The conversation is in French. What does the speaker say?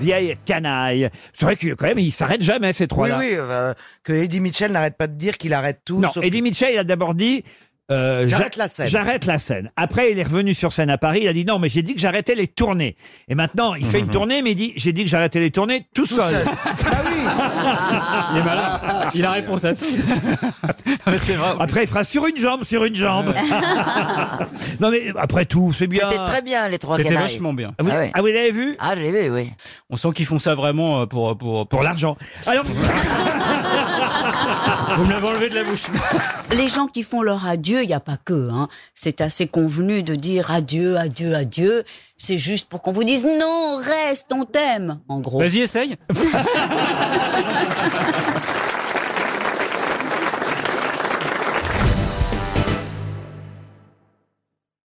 vieille canaille. C'est vrai que quand même, ils s'arrêtent jamais ces Oui, trois-là. oui, euh, que Eddie Mitchell n'arrête pas de dire qu'il arrête tout. Non, sauf- Eddie Mitchell il a d'abord dit. euh, J'arrête j'a- la scène. J'arrête la scène. Après, il est revenu sur scène à Paris. Il a dit non, mais j'ai dit que j'arrêtais les tournées. Et maintenant, il fait une tournée, mais il dit j'ai dit que j'arrêtais les tournées tout, tout seul. seul. Ah oui Il est malin. Il a réponse à tout. Non, mais c'est vrai. Après, il fera sur une jambe, sur une jambe. non, mais après tout, c'est bien. C'était très bien, les trois C'était canailles. vachement bien. Ah, vous, Ah ouais. ah, vous l'avez vu Ah, j'ai vu, oui. On sent qu'ils font ça vraiment euh, pour pour Pour l'argent. Alors, Vous me l'avez enlevé de la bouche. Les gens qui font leur adieu, il n'y a pas que. Hein. C'est assez convenu de dire adieu, adieu, adieu. C'est juste pour qu'on vous dise non, reste, on t'aime, en gros. Vas-y, essaye.